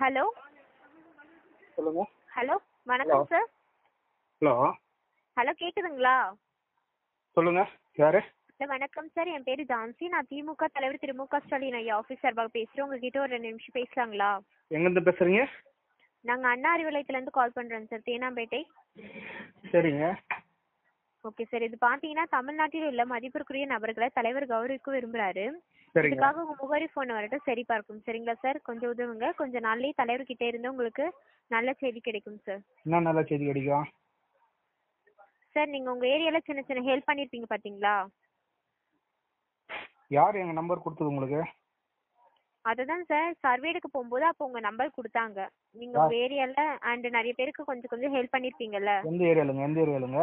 Hello சொல்லுங்க hello வணக்கம் Hello. Sir hello hello கேக்குதுங்களா சொல்லுங்க யாரு ஹலோ வணக்கம் சார் என் பேரு ஜான்சி நான் திமுக தலைவர் திரு மு க ஸ்டாலின் ஐயா ஆஃபீஸ் சார்பாக பேசுறேன் உங்ககிட்ட ஒரு ரெண்டு நிமிஷம் பேசலாங்களா எங்கேருந்து பேசுறீங்க நாங்க அண்ணா அறிவாலயத்துல இருந்து கால் பண்றோம் சார் தேனாம்பேட்டை சரிங்க ஓகே சார் இது பாத்தீங்கன்னா தமிழ்நாட்டில் உள்ள மதிப்பிற்குரிய நபர்களை தலைவர் கௌரவிக்க விரும்புறாரு சரிங்க இதுக்காக உங்க முகவரி போன் வரட்டும் சரி பார்க்கும் சரிங்களா சார் கொஞ்சம் உதவுங்க கொஞ்ச நாள்லயே தலைவர் கிட்ட இருந்து உங்களுக்கு நல்ல செய்தி கிடைக்கும் சார் என்ன நல்ல செய்தி கிடைக்கும் சார் நீங்க உங்க ஏரியால சின்ன சின்ன ஹெல்ப் பண்ணிருப்பீங்க பாத்தீங்களா யார் எங்க நம்பர் கொடுத்தது உங்களுக்கு அதுதான் சார் சர்வேடுக்கு போகும்போது அப்போ உங்க நம்பர் கொடுத்தாங்க நீங்க உங்க ஏரியால அண்ட் நிறைய பேருக்கு கொஞ்சம் கொஞ்சம் ஹெல்ப் பண்ணிருப்பீங்கல்ல எந்த ஏரியாலுங்க எந்த ஏரியாலுங்க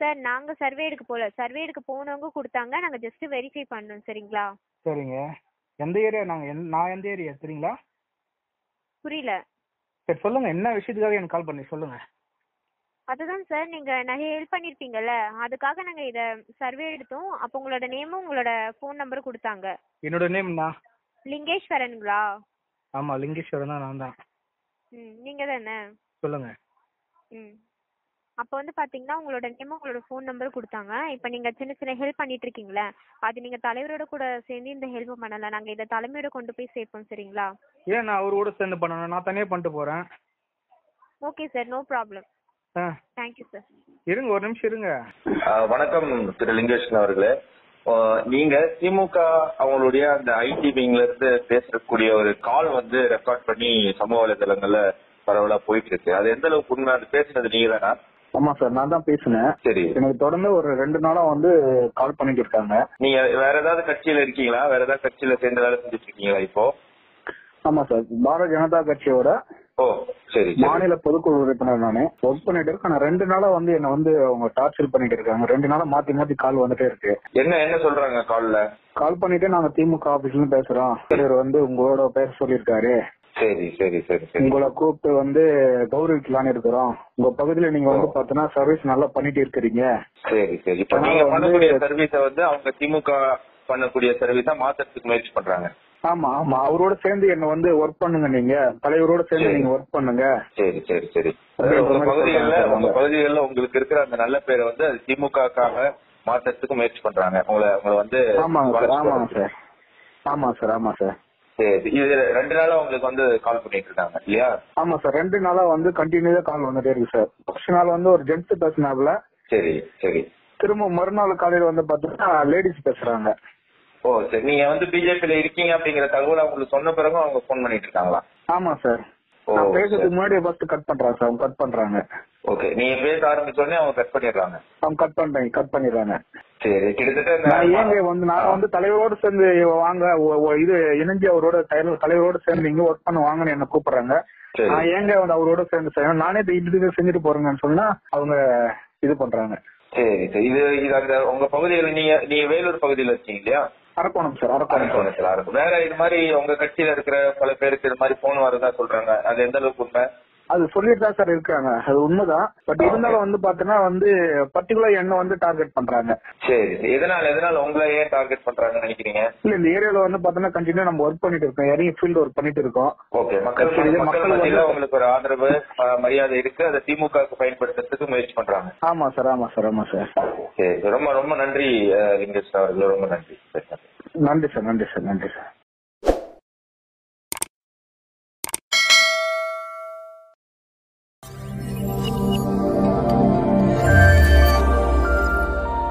சார் நாங்க சர்வே எடுக்க போல சர்வே எடுக்க போனவங்க கொடுத்தாங்க நாங்க ஜஸ்ட் வெரிஃபை பண்ணோம் சரிங்களா சரிங்க எந்த ஏரியா நாங்க எந்த- நான் எந்த ஏரியா தெரியுங்களா புரியல சரி சொல்லுங்க என்ன விஷயத்துக்காக எனக்கு கால் பண்ணி சொல்லுங்க அதுதான் சார் நீங்க நிறைய ஹெல்ப் பண்ணிருப்பீங்கல்ல அதுக்காக நாங்க இத சர்வே எடுத்தோம் அப்போ உங்களோட நேமும் உங்களோட ஃபோன் நம்பரும் கொடுத்தாங்க என்னோட நேம் நான் லிங்கேஸ்வரனுங்களா ஆமா லிங்கேஸ்வரன் தான் நான் தான் ம் நீங்க தானே சொல்லுங்க ம் அப்போ வந்து பார்த்தீங்கன்னா உங்களோட நேம் உங்களோட ஃபோன் நம்பர் கொடுத்தாங்க இப்போ நீங்கள் சின்ன சின்ன ஹெல்ப் பண்ணிட்டு இருக்கீங்களே அது நீங்கள் தலைவரோட கூட சேர்ந்து இந்த ஹெல்ப் பண்ணலாம் நாங்கள் இதை தலைமையோட கொண்டு போய் சேர்ப்போம் சரிங்களா ஏன் நான் அவரு கூட சேர்ந்து பண்ணணும் நான் தனியா பண்ணிட்டு போறேன் ஓகே சார் நோ ப்ராப்ளம் ஆ, தேங்க்யூ சார் இருங்க ஒரு நிமிஷம் இருங்க ஆஹ் வணக்கம் திரு லிங்கேஷன் அவர்களே ஆஹ் நீங்க திமுக அவங்களுடைய அந்த ஐடி விங்ல இருந்து பேசக்கூடிய ஒரு கால் வந்து ரெக்கார்ட் பண்ணி சமூக வலைதளங்கள்ல பரவலா போயிட்டு இருக்கு அது எந்த அளவுக்கு உண்மை அது பேசுனது நீங்க தானா ஆமா சார் நான் தான் பேசினேன் சரி எனக்கு தொடர்ந்து ஒரு ரெண்டு நாளா வந்து கால் பண்ணிட்டு இருக்காங்க நீங்க வேற ஏதாவது கட்சியில இருக்கீங்களா வேற ஏதாவது கட்சியில சேர்ந்து வேலை செஞ்சுட்டு இருக்கீங்களா இப்போ ஆமா சார் பாரதிய ஜனதா கட்சியோட ஓ சரி சரி. மாநில பொதுக்குழு உறுப்பினர் நானு ஒர்க் பண்ணிட்டு இருக்கேன் ஆனா ரெண்டு நாளா வந்து என்ன வந்து அவங்க டார்ச்சர் பண்ணிட்டு இருக்காங்க ரெண்டு நாளா மாத்தி மாத்தி கால் வந்துட்டே இருக்கு என்ன என்ன சொல்றாங்க கால்ல கால் பண்ணிட்டு நாங்க திமுக ஆபீஸ்ல இருந்து பேசுறோம் தலைவர் வந்து உங்களோட பேர் சொல்லியிருக்காரு சரி சரி சரி சரி உங்களை கூப்பிட்டு வந்து கௌரவிக்கலான்னு இருக்கிறோம் உங்க பகுதியில நீங்க வந்து பாத்தீங்கன்னா சர்வீஸ் நல்லா பண்ணிட்டு இருக்கிறீங்க சரி சரி இப்ப ஆனா நீங்க வந்து- பண்ணக்கூடிய சர்வீஸ வந்து அவங்க திமுக பண்ணக்கூடிய சர்வீஸா மாத்துறதுக்கு முயற்சி பண்றாங்க ஆமா ஆமா அவரோட சேர்ந்து என்ன வந்து ஒர்க் பண்ணுங்க நீங்க தலைவரோட சேர்ந்து சரி. நீங்க ஒர்க் பண்ணுங்க சரி சரி சரி அப்படி அதாவது உங்க ஒரு மாதிரி பகுதிகள்ல சொல்றாங்க. உங்க பகுதிகள்ல உங்களுக்கு இருக்கிற அந்த நல்ல பேரை வந்து அது திமுகக்காக மாற்றத்துக்கு முயற்சி பண்றாங்க உங்களை உங்களை வந்து ஆமாங்க சார் வளர்ச்சி ஆமாங்க பண்றதுக்கு. சார் ஆமா சார் ஆமா சார் சரி இது ரெண்டு நாளா உங்களுக்கு வந்து கால் பண்ணிட்டு இருக்காங்க இல்லையா ஆமா சார் ரெண்டு நாளா வந்து கண்டினியூஸா கால் வந்துட்டே இருக்கு சார் ஃபர்ஸ்ட் நாள் வந்து ஒரு ஜென்ட்ஸ் பேசினாப்ல சரி சரி திரும்ப மறுநாள் காலையில வந்து பாத்தீங்கன்னா லேடிஸ் பேசுறாங்க ஓ சரி நீங்க வந்து பிஜேபியில இருக்கீங்க அப்படிங்கிற தகவல் அவங்களுக்கு சொன்ன பிறகு அவங்க ஃபோன் பண்ணிட்டு இருக்காங்களா ஆமா சார் ஓ, நான் பேசுறதுக்கு சரி. முன்னாடி ஃபர்ஸ்ட் கட் பண்றாங்க சார் அவங்க கட் பண்றாங்க ஓகே நீங்க பேச ஆரம்பிச்ச உடனே அவங்க கட் பண்ணிடுறாங்க அவங்க கட் பண்றாங்க கட் பண்ணிடுறாங்க சரி கிட்டத்தட்ட நான் ஏங்க இந்த- வந்து நான் வந்து தலைவரோட சேர்ந்து வாங்க ஒ- ஒ- இது இணைஞ்சு அவரோட தலைவர் தலைவரோட சேர்ந்து இங்க ஒர்க் பண்ண வாங்கன்னு என்ன கூப்பிடுறாங்க சரி. நான் ஏங்க வந்து அவரோட சேர்ந்து செய்யணும் நானே இது இது செஞ்சுட்டு போறேங்கன்னு சொன்னா அவங்க இது பண்றாங்க சரி சரி இது இது அந்த உங்க பகுதியில நீங்க நீங்க வேலூர் பகுதியில இருக்கீங்க இல்லையா அரக்கோணம் சார் அரக்கோணம் அரக்கோணம் சிலா இருக்கும் வேற இது மாதிரி உங்க கட்சியில இருக்கிற பல பேருக்கு இது மாதிரி போன் வரதா சொல்றாங்க அது எந்த அளவுக்கு உண்மை அது சொல்லிட்டு தான் சார் இருக்காங்க அது உண்மைதான் பட் இருந்தாலும் வந்து பாத்தீங்கன்னா வந்து பர்டிகுலர் என்ன வந்து டார்கெட் பண்றாங்க சரி சரி. எதனால எதனால உங்களை ஏன் டார்கெட் பண்றாங்கன்னு நினைக்கிறீங்க இல்ல இந்த ஏரியால வந்து பாத்தீங்கன்னா கண்டினியூ நம்ம ஒர்க் பண்ணிட்டு இருக்கோம் இறங்கி ஃபீல்டு ஒர்க் பண்ணிட்டு இருக்கோம் ஓகே மக்கள் சரி, மக்கள் மக்கள் வந்து- மத்தியில உங்களுக்கு ஒரு ஆதரவு அஹ், மரியாதை இருக்கு அதை திமுகவுக்கு பயன்படுத்துறதுக்கு முயற்சி பண்றாங்க ஆமா சார் ஆமா சார் ஆமா சார் சரி ரொம்ப ரொம்ப நன்றி அஹ், லிங்கேஷ் அவர்கள் ரொம்ப நன்றி சரி, நன்றி. நன்றி சார் நன்றி சார் நன்றி சார்